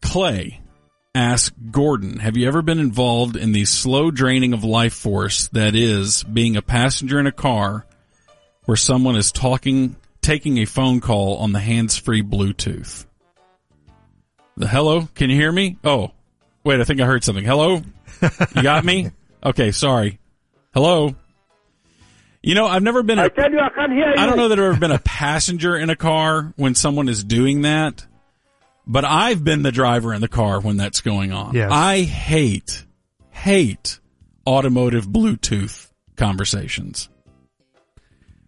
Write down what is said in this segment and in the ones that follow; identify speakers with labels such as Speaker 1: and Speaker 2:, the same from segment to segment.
Speaker 1: Clay asks Gordon, have you ever been involved in the slow draining of life force that is being a passenger in a car where someone is talking, taking a phone call on the hands-free Bluetooth? The hello, can you hear me? Oh, wait, I think I heard something. Hello? You got me? Okay, sorry. Hello? You know, I've never been
Speaker 2: I
Speaker 1: a
Speaker 2: tell you, I can't hear you.
Speaker 1: I don't know that I've ever been a passenger in a car when someone is doing that, but I've been the driver in the car when that's going on.
Speaker 3: Yes.
Speaker 1: I hate, hate automotive Bluetooth conversations.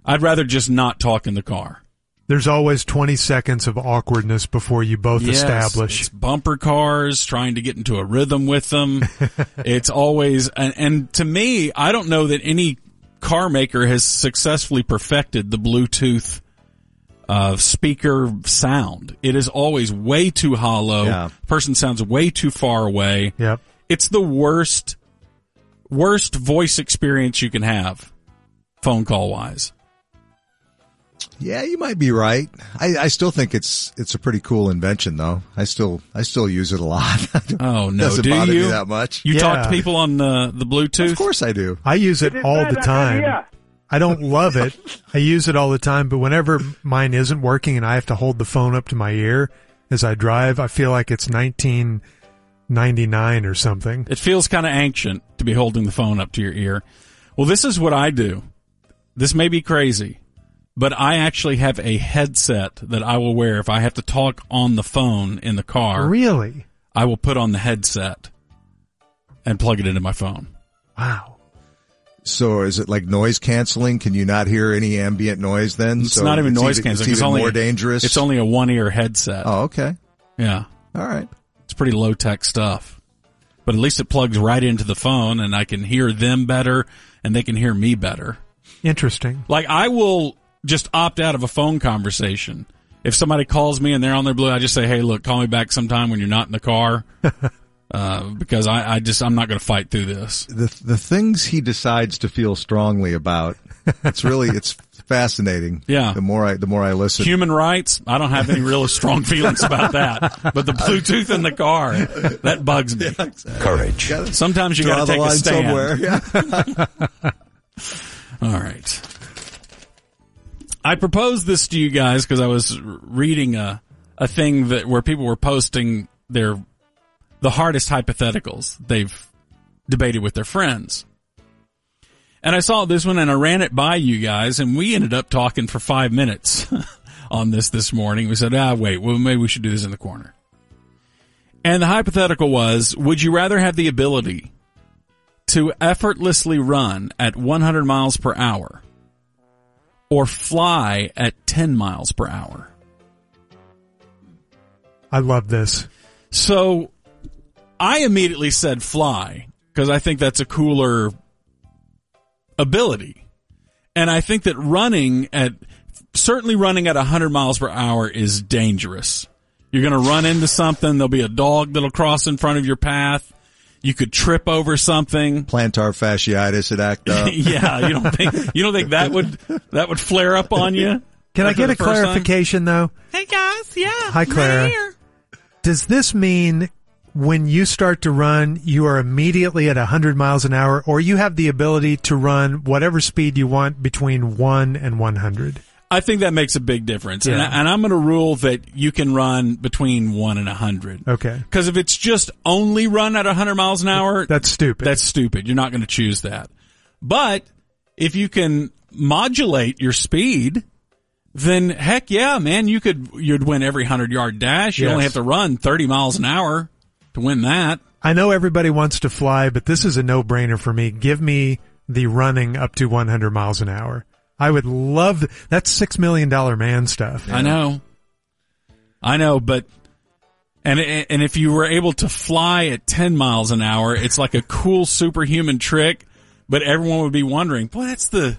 Speaker 1: I'd rather just not talk in the car.
Speaker 3: There's always 20 seconds of awkwardness before you both
Speaker 1: Yes,
Speaker 3: establish.
Speaker 1: it's bumper cars trying to get into a rhythm with them. it's always and, and to me, I don't know that any car maker has successfully perfected the Bluetooth uh, speaker sound. It is always way too hollow.
Speaker 4: Yeah.
Speaker 1: Person sounds way too far away.
Speaker 3: Yep.
Speaker 1: It's the worst, worst voice experience you can have, phone call wise.
Speaker 4: Yeah, you might be right. I, I still think it's it's a pretty cool invention, though. I still I still use it a lot.
Speaker 1: Oh no,
Speaker 4: Doesn't
Speaker 1: do
Speaker 4: bother
Speaker 1: you?
Speaker 4: me that much.
Speaker 1: You talk to
Speaker 3: Yeah.
Speaker 1: people on the the Bluetooth.
Speaker 4: Of course I do.
Speaker 3: I use it
Speaker 2: It is
Speaker 3: all
Speaker 2: bad,
Speaker 3: the
Speaker 2: I can't
Speaker 3: time.
Speaker 2: hear.
Speaker 3: I don't love it. I use it all the time, but whenever mine isn't working and I have to hold the phone up to my ear as I drive, I feel like it's 1999 or something.
Speaker 1: It feels kind of ancient to be holding the phone up to your ear. Well, this is what I do. This may be crazy, but I actually have a headset that I will wear if I have to talk on the phone in the car.
Speaker 3: Really?
Speaker 1: I will put on the headset and plug it into my phone.
Speaker 3: Wow.
Speaker 4: So is it like noise canceling? Can you not hear any ambient noise then?
Speaker 1: It's
Speaker 4: So
Speaker 1: not even noise
Speaker 4: even-
Speaker 1: canceling.
Speaker 4: It's,
Speaker 1: It's
Speaker 4: even
Speaker 1: only
Speaker 4: more dangerous.
Speaker 1: It's only a one ear headset.
Speaker 4: Oh, okay.
Speaker 1: Yeah,
Speaker 4: All right.
Speaker 1: it's pretty low tech stuff. But at least it plugs right into the phone, and I can hear them better, and they can hear me better.
Speaker 3: Interesting.
Speaker 1: Like I will just opt out of a phone conversation. If somebody calls me and they're on their blue, I just say, "Hey, look, call me back sometime when you're not in the car," uh, because I, I just I'm not going to fight through this.
Speaker 4: The the things he decides to feel strongly about. It's really it's fascinating.
Speaker 1: Yeah.
Speaker 4: The more I the more I listen.
Speaker 1: Human rights, I don't have any real strong feelings about that. But the Bluetooth in the car, that bugs me.
Speaker 5: Courage.
Speaker 1: Sometimes you got
Speaker 4: Draw
Speaker 1: to
Speaker 4: the
Speaker 1: take a
Speaker 4: line
Speaker 1: stand.
Speaker 4: somewhere. Yeah.
Speaker 1: All right. I proposed this to you guys because I was r- reading a a thing that where people were posting their the hardest hypotheticals they've debated with their friends. And I saw this one and I ran it by you guys and we ended up talking for 5 minutes on this this morning. We said, "Ah, wait, well maybe we should do this in the corner." And the hypothetical was, would you rather have the ability to effortlessly run at 100 miles per hour or fly at 10 miles per hour.
Speaker 3: I love this.
Speaker 1: So I immediately said fly because I think that's a cooler ability. And I think that running at certainly running at 100 miles per hour is dangerous. You're going to run into something. There'll be a dog that'll cross in front of your path. You could trip over something.
Speaker 4: Plantar fasciitis it act up.
Speaker 1: yeah, you don't think you don't think that would that would flare up on you?
Speaker 3: Can I
Speaker 1: After
Speaker 3: get
Speaker 1: the
Speaker 3: a
Speaker 1: first time?
Speaker 3: clarification though?
Speaker 1: Hey guys, yeah.
Speaker 3: Hi, Clara. Does this mean when you start to run, you are immediately at 100 miles an hour, or you have the ability to run whatever speed you want between 1 and 100?
Speaker 1: I think that makes a big difference, and,
Speaker 3: Yeah.
Speaker 1: I, and I'm going to rule that you can run between one and a hundred.
Speaker 3: Okay.
Speaker 1: Because if it's just only run at 100 miles an hour,
Speaker 3: That's stupid.
Speaker 1: that's stupid. You're not going to choose that. But if you can modulate your speed, then heck yeah, man, you could you'd win every 100 yard dash. You
Speaker 3: Yes.
Speaker 1: only have to run 30 miles an hour to win that.
Speaker 3: I know everybody wants to fly, but this is a no-brainer for me. Give me the running up to 100 miles an hour. I would love that's 6 million dollar man stuff.
Speaker 1: I know. I know, but and and if you were able to fly at 10 miles an hour, it's like a cool superhuman trick, but everyone would be wondering, "Boy, that's the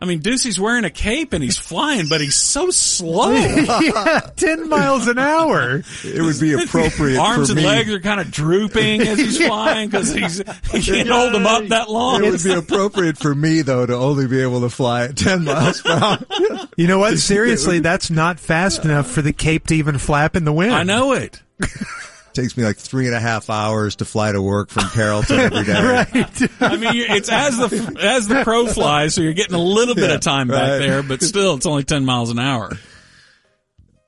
Speaker 1: I mean, Deucey's wearing a cape and he's flying, but he's so slow.
Speaker 3: yeah, 10 miles an hour.
Speaker 4: It would be appropriate
Speaker 1: Arms
Speaker 4: for
Speaker 1: and
Speaker 4: me.
Speaker 1: legs are kind of drooping as he's flying because he's he can't hold them up that long.
Speaker 4: It would be appropriate for me though to only be able to fly at 10 miles per hour.
Speaker 3: You know what? Seriously, that's not fast enough for the cape to even flap in the wind.
Speaker 1: I know it.
Speaker 4: takes me like three and a half hours to fly to work from Carrollton every day.
Speaker 1: I mean, you- it's as the as the crow flies, so you're getting a little bit of time back
Speaker 4: right.
Speaker 1: there, but still, it's only ten miles an hour.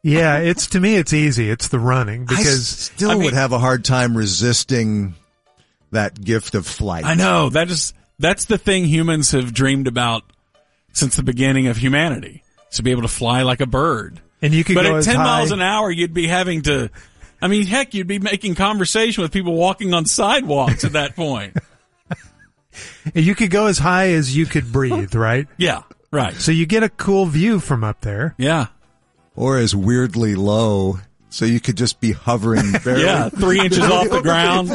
Speaker 3: Yeah, it's to me it's easy. It's the running
Speaker 4: I s-
Speaker 3: because
Speaker 4: still
Speaker 1: I mean-
Speaker 4: would have a hard time resisting that gift of flight.
Speaker 1: I know that is that's the thing humans have dreamed about since the beginning of humanity is to be able to fly like a bird.
Speaker 3: and you could
Speaker 1: But
Speaker 3: go
Speaker 1: at
Speaker 3: as
Speaker 1: ten
Speaker 3: high.
Speaker 1: miles an hour, you'd be having to. I mean, heck, you'd be making conversation with people walking on sidewalks at that point.
Speaker 3: you could go as high as you could breathe, right?
Speaker 1: Yeah, right.
Speaker 3: So you get a cool view from up there.
Speaker 1: Yeah,
Speaker 4: Or is weirdly low, so you could just be hovering barely.
Speaker 1: yeah. Three inches off the ground.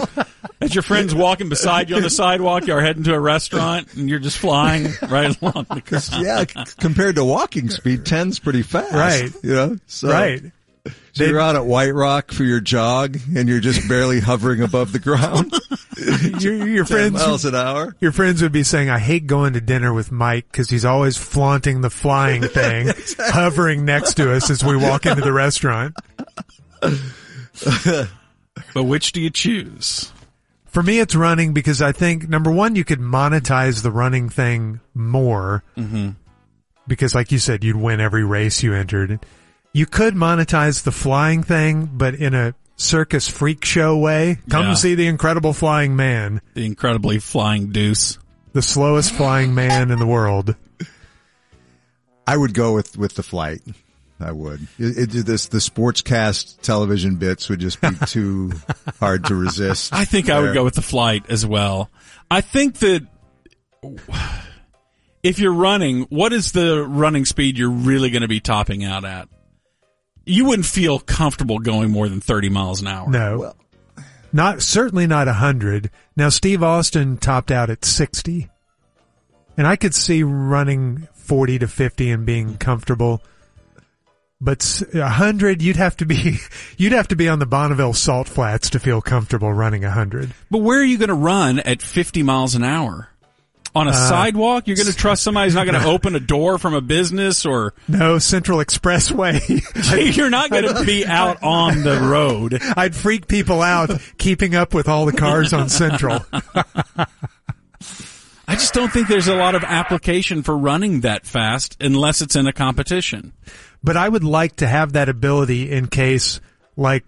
Speaker 1: As your friend's walking beside you on the sidewalk, you're heading to a restaurant, and you're just flying right along the ground.
Speaker 4: Yeah, c- compared to walking speed, 10's pretty fast.
Speaker 3: Right.
Speaker 4: You know? So,
Speaker 3: Right.
Speaker 4: Oh. So you're out at White Rock for your jog, and you're just barely hovering above the ground.
Speaker 3: Your, your
Speaker 4: 10
Speaker 3: friends
Speaker 4: miles an hour.
Speaker 3: your friends would be saying, I hate going to dinner with Mike because he's always flaunting the flying thing, hovering next to us as we walk into the restaurant.
Speaker 1: But which do you choose?
Speaker 3: For me, it's running because I think number one, you could monetize the running thing more. Mm-hmm. Because, like you said, you'd win every race you entered. You could monetize the flying thing, but in a circus freak show way. Come
Speaker 1: Yeah.
Speaker 3: see the incredible flying man,
Speaker 1: The incredibly flying deuce.
Speaker 3: the slowest flying man in the world.
Speaker 4: I would go with, with the flight. I would. It, it, this the sportscast television bits would just be too hard to resist.
Speaker 1: I think I would
Speaker 4: There.
Speaker 1: go with the flight as well. I think that if you're running, what is the running speed you're really going to be topping out at? You wouldn't feel comfortable going more than 30 miles an hour.
Speaker 3: No.
Speaker 4: Well-
Speaker 3: not certainly not 100. Now Steve Austin topped out at 60. And I could see running 40 to 50 and being comfortable. But s- 100 you'd have to be you'd have to be on the Bonneville salt flats to feel comfortable running 100.
Speaker 1: But where are you going to run at 50 miles an hour? On a sidewalk? You're going to trust somebody's not going to open a door from a business or
Speaker 3: No Central Expressway.
Speaker 1: you're not going to be out on the road.
Speaker 3: I'd freak people out keeping up with all the cars on Central.
Speaker 1: I just don't think there's a lot of application for running that fast unless it's in a competition.
Speaker 3: but I would like to have that ability in case, like,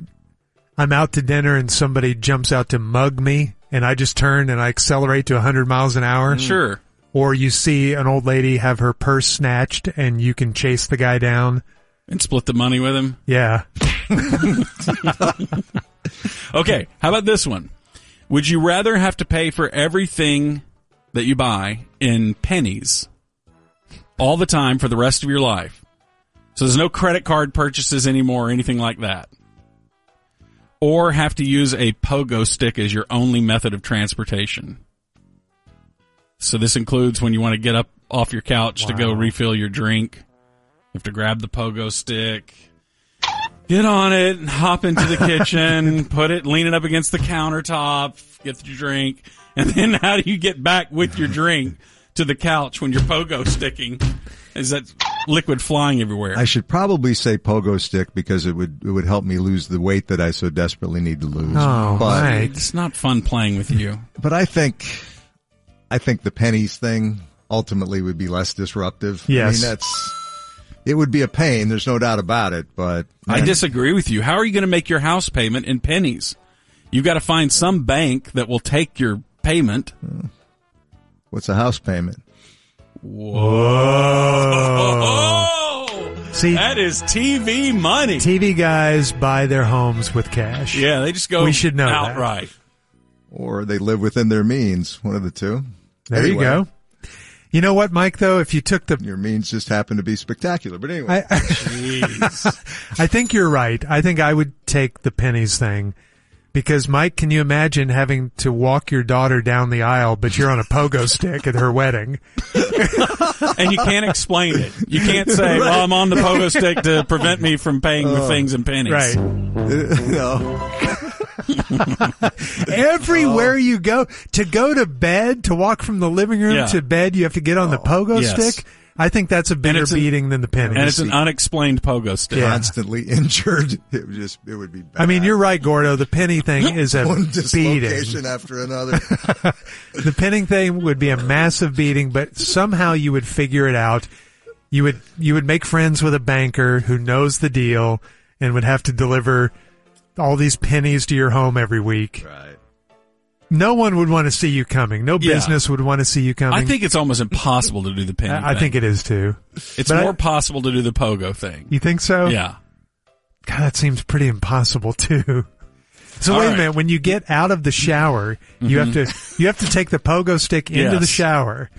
Speaker 3: I'm out to dinner and somebody jumps out to mug me, and I just turn and I accelerate to 100 miles an hour.
Speaker 4: Mm.
Speaker 1: Sure.
Speaker 3: Or you see an old lady have her purse snatched, and you can chase the guy down.
Speaker 1: And split the money with him.
Speaker 3: Yeah,
Speaker 1: Okay, how about this one? Would you rather have to pay for everything that you buy in pennies all the time for the rest of your life? So there's no credit card purchases anymore or anything like that. Or have to use a pogo stick as your only method of transportation. So this includes when you want to get up off your couch to go
Speaker 3: Wow.
Speaker 1: refill your drink. You have to grab the pogo stick. Get on it, hop into the kitchen, put it, lean it up against the countertop, get your drink, and then how do you get back with your drink to the couch when your pogo sticking? Is that liquid flying everywhere?
Speaker 4: I should probably say pogo stick because it would it would help me lose the weight that I so desperately need to lose.
Speaker 3: Oh,
Speaker 4: but
Speaker 3: my.
Speaker 1: it's not fun playing with you.
Speaker 4: but I think I think the pennies thing ultimately would be less disruptive.
Speaker 3: Yes.
Speaker 4: I mean that's it would be a pain, there's no doubt about it, but
Speaker 1: I disagree with you. How are you going to make your house payment in pennies? You've got to find some bank that will take your payment.
Speaker 4: what's a house payment?
Speaker 1: Oh,
Speaker 3: See-
Speaker 1: that is TV money.
Speaker 3: TV guys buy their homes with cash.
Speaker 1: yeah, they just go
Speaker 3: We should know that.
Speaker 1: outright.
Speaker 4: Or they live within their means, one of the two.
Speaker 3: there
Speaker 4: Anyway,
Speaker 3: you go. You know what, Mike? Though, if you took the
Speaker 4: Your means just happen to be spectacular. But anyway,
Speaker 3: I, I think you're right. I think I would take the pennies thing because Mike, can you imagine having to walk your daughter down the aisle, but you're on a pogo stick at her wedding?
Speaker 1: and you can't explain it. You can't say, "Well, I'm on the pogo stick to prevent me from paying the things in pennies."
Speaker 3: Oh. Right.
Speaker 4: no.
Speaker 3: Everywhere you go, to go to bed, to walk from the living room
Speaker 1: Yeah.
Speaker 3: to bed, you have to get on the pogo
Speaker 1: Yes.
Speaker 3: stick. I think that's a bigger
Speaker 1: it's an-
Speaker 3: beating than the pennies.
Speaker 1: and it's an unexplained pogo stick.
Speaker 3: Yeah.
Speaker 4: constantly injured. It would just it would be bad.
Speaker 3: I mean, you're right, Gordo. The penny thing is a
Speaker 4: one
Speaker 3: beating.
Speaker 4: dislocation after another.
Speaker 3: The penny thing would be a massive beating, but somehow you would figure it out. You would you would make friends with a banker who knows the deal and would have to deliver all these pennies to your home every week.
Speaker 4: right.
Speaker 3: No one would want to see you coming. No
Speaker 1: Yeah.
Speaker 3: business would want to see you coming.
Speaker 1: I think it's almost impossible to do the penny.
Speaker 3: I, I think it is too.
Speaker 1: it's
Speaker 3: but I-
Speaker 1: more possible to do the pogo thing.
Speaker 3: You think so?
Speaker 1: Yeah.
Speaker 3: God, that seems pretty impossible too. So
Speaker 1: All
Speaker 3: wait
Speaker 1: right. Mm-hmm.
Speaker 3: a minute. When you get out of the shower, you have to you have to take the pogo stick into the
Speaker 1: Yes.
Speaker 3: shower.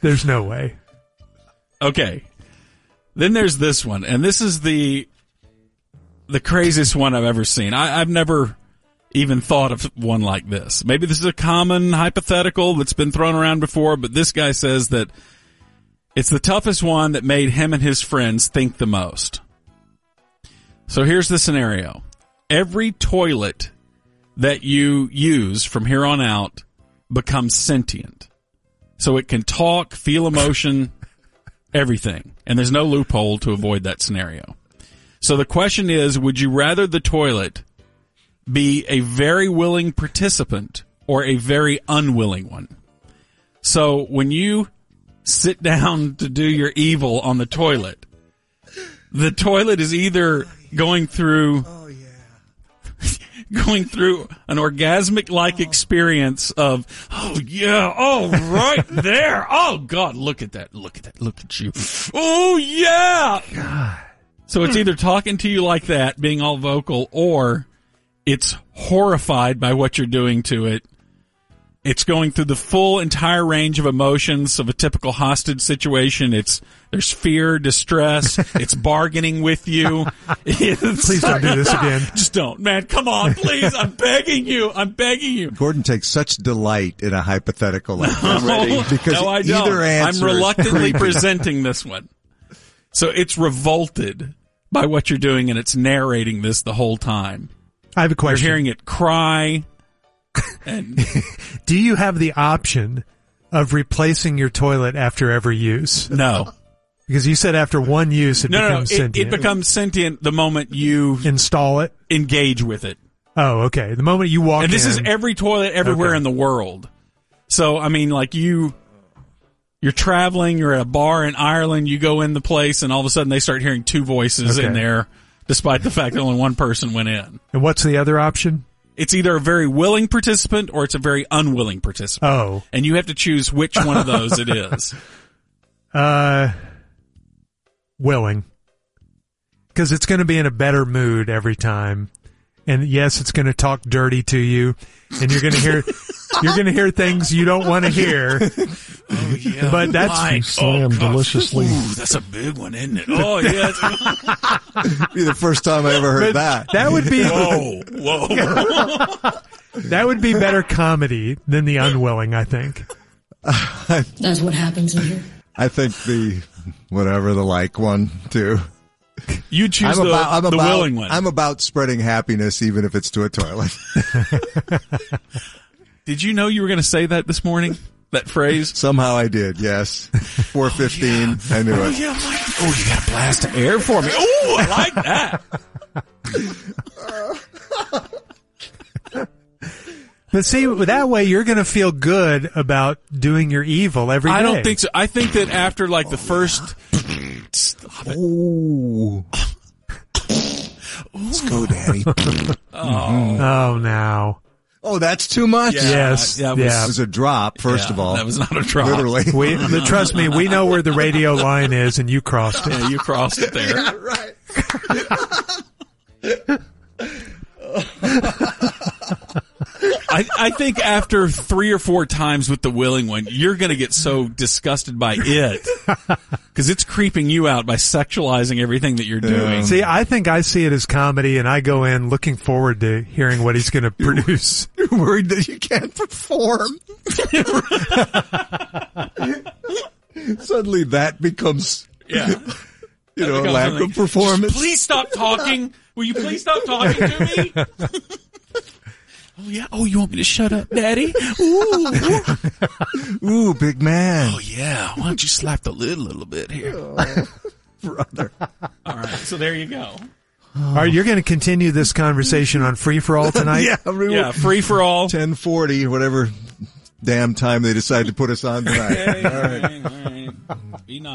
Speaker 3: There's no way.
Speaker 1: Okay. Then there's this one, and this is the the craziest one I've ever seen. I, I've never even thought of one like this. Maybe this is a common hypothetical that's been thrown around before, but this guy says that it's the toughest one that made him and his friends think the most. So here's the scenario. Every toilet that you use from here on out becomes sentient. So it can talk, feel emotion, everything. And there's no loophole to avoid that scenario. So the question is, would you rather the toilet be a very willing participant or a very unwilling one? So when you sit down to do your evil on the toilet, the toilet is either going through going through an orgasmic like experience of oh yeah oh right there oh god look at that look at that look at you oh yeah so it's either talking to you like that being all vocal or it's horrified by what you're doing to it it's going through the full entire range of emotions of a typical hostage situation it's there's fear distress it's bargaining with you
Speaker 3: Please don't do this again.
Speaker 1: just don't, man. Come on, please. I'm begging you. I'm begging you.
Speaker 4: Gordon takes such delight in a hypothetical like that because
Speaker 1: Oh, no, I
Speaker 4: either
Speaker 1: don't.
Speaker 4: answer
Speaker 1: I'm
Speaker 4: is
Speaker 1: reluctantly
Speaker 4: creepy.
Speaker 1: presenting this one. So it's revolted by what you're doing, and it's narrating this the whole time.
Speaker 3: I have a
Speaker 1: You're
Speaker 3: question.
Speaker 1: hearing it cry. And
Speaker 3: Do you have the option of replacing your toilet after every use?
Speaker 1: no,
Speaker 3: Because you said after one use it
Speaker 1: no, no,
Speaker 3: becomes
Speaker 1: it,
Speaker 3: sentient.
Speaker 1: it becomes sentient the moment you
Speaker 3: Install it.
Speaker 1: engage with it.
Speaker 3: Oh, okay. The moment you walk
Speaker 1: And this
Speaker 3: in,
Speaker 1: is every toilet everywhere
Speaker 3: Okay.
Speaker 1: in the world. So I mean, like you, you're traveling. You're at a bar in Ireland. You go in the place, and all of a sudden they start hearing two voices
Speaker 3: Okay.
Speaker 1: in there, despite the fact that only one person went in.
Speaker 3: and what's the other option?
Speaker 1: It's either a very willing participant or it's a very unwilling participant,
Speaker 3: Oh,
Speaker 1: and you have to choose which one of those it is.
Speaker 3: Uh, willing. Because it's going to be in a better mood every time, and yes, it's going to talk dirty to you, and you're going to hear you're going to hear things you don't want to hear. But that's
Speaker 1: Like,
Speaker 2: slam
Speaker 1: gosh.
Speaker 2: deliciously.
Speaker 1: Ooh, that's a big one, isn't it? Oh yeah. it's-
Speaker 4: be the first time I ever heard that.
Speaker 3: that would be
Speaker 1: Whoa, whoa.
Speaker 3: that would be better comedy than the unwilling. I think.
Speaker 5: That's what happens in here.
Speaker 4: I think the whatever the like one too.
Speaker 1: You choose the,
Speaker 4: I'm
Speaker 1: the
Speaker 4: about,
Speaker 1: willing one.
Speaker 4: I'm about spreading happiness, even if it's to a toilet.
Speaker 1: Did you know you were going to say that this morning? That phrase?
Speaker 4: Somehow I did. Yes, four fifteen. I knew it.
Speaker 1: yeah, like, oh, you got a blast of air for me. Oh, I like that.
Speaker 3: But see, that way you're going to feel good about doing your evil every day.
Speaker 1: I don't think so. I think that after like the first, Stop it.
Speaker 4: Ooh. Let's go, Daddy.
Speaker 3: Oh, now
Speaker 4: oh, that's too much.
Speaker 1: Yeah,
Speaker 3: Yes,
Speaker 1: that was-
Speaker 3: yeah.
Speaker 4: It was a drop. First
Speaker 1: Yeah,
Speaker 4: of all,
Speaker 1: that was not a drop.
Speaker 4: literally.
Speaker 3: we but trust me, we know where the radio line is, and you crossed it.
Speaker 1: Yeah, you crossed it there.
Speaker 4: right.
Speaker 1: I, I think after three or four times with the willing one, you're going to get so disgusted by it because it's creeping you out by sexualizing everything that you're doing.
Speaker 3: See, I think I see it as comedy, and I go in looking forward to hearing what he's going to produce.
Speaker 4: You're worried that you can't perform. Suddenly, that becomes
Speaker 1: Yeah.
Speaker 4: you know a
Speaker 1: becomes
Speaker 4: lack
Speaker 1: something.
Speaker 4: of performance.
Speaker 1: Please stop talking. Will you please stop talking to me? Oh yeah. Oh, you want me to shut up, Daddy? Ooh.
Speaker 4: Ooh, big man.
Speaker 1: oh yeah. Why don't you slap the lid a little bit here? Oh,
Speaker 4: brother.
Speaker 1: All right. So there you go.
Speaker 3: All right, you're going to continue this conversation on free for all tonight.
Speaker 4: yeah, I mean,
Speaker 1: Yeah. Free for all.
Speaker 4: 1040, whatever damn time they decide to put us on tonight.
Speaker 1: All right. All right. Be nice.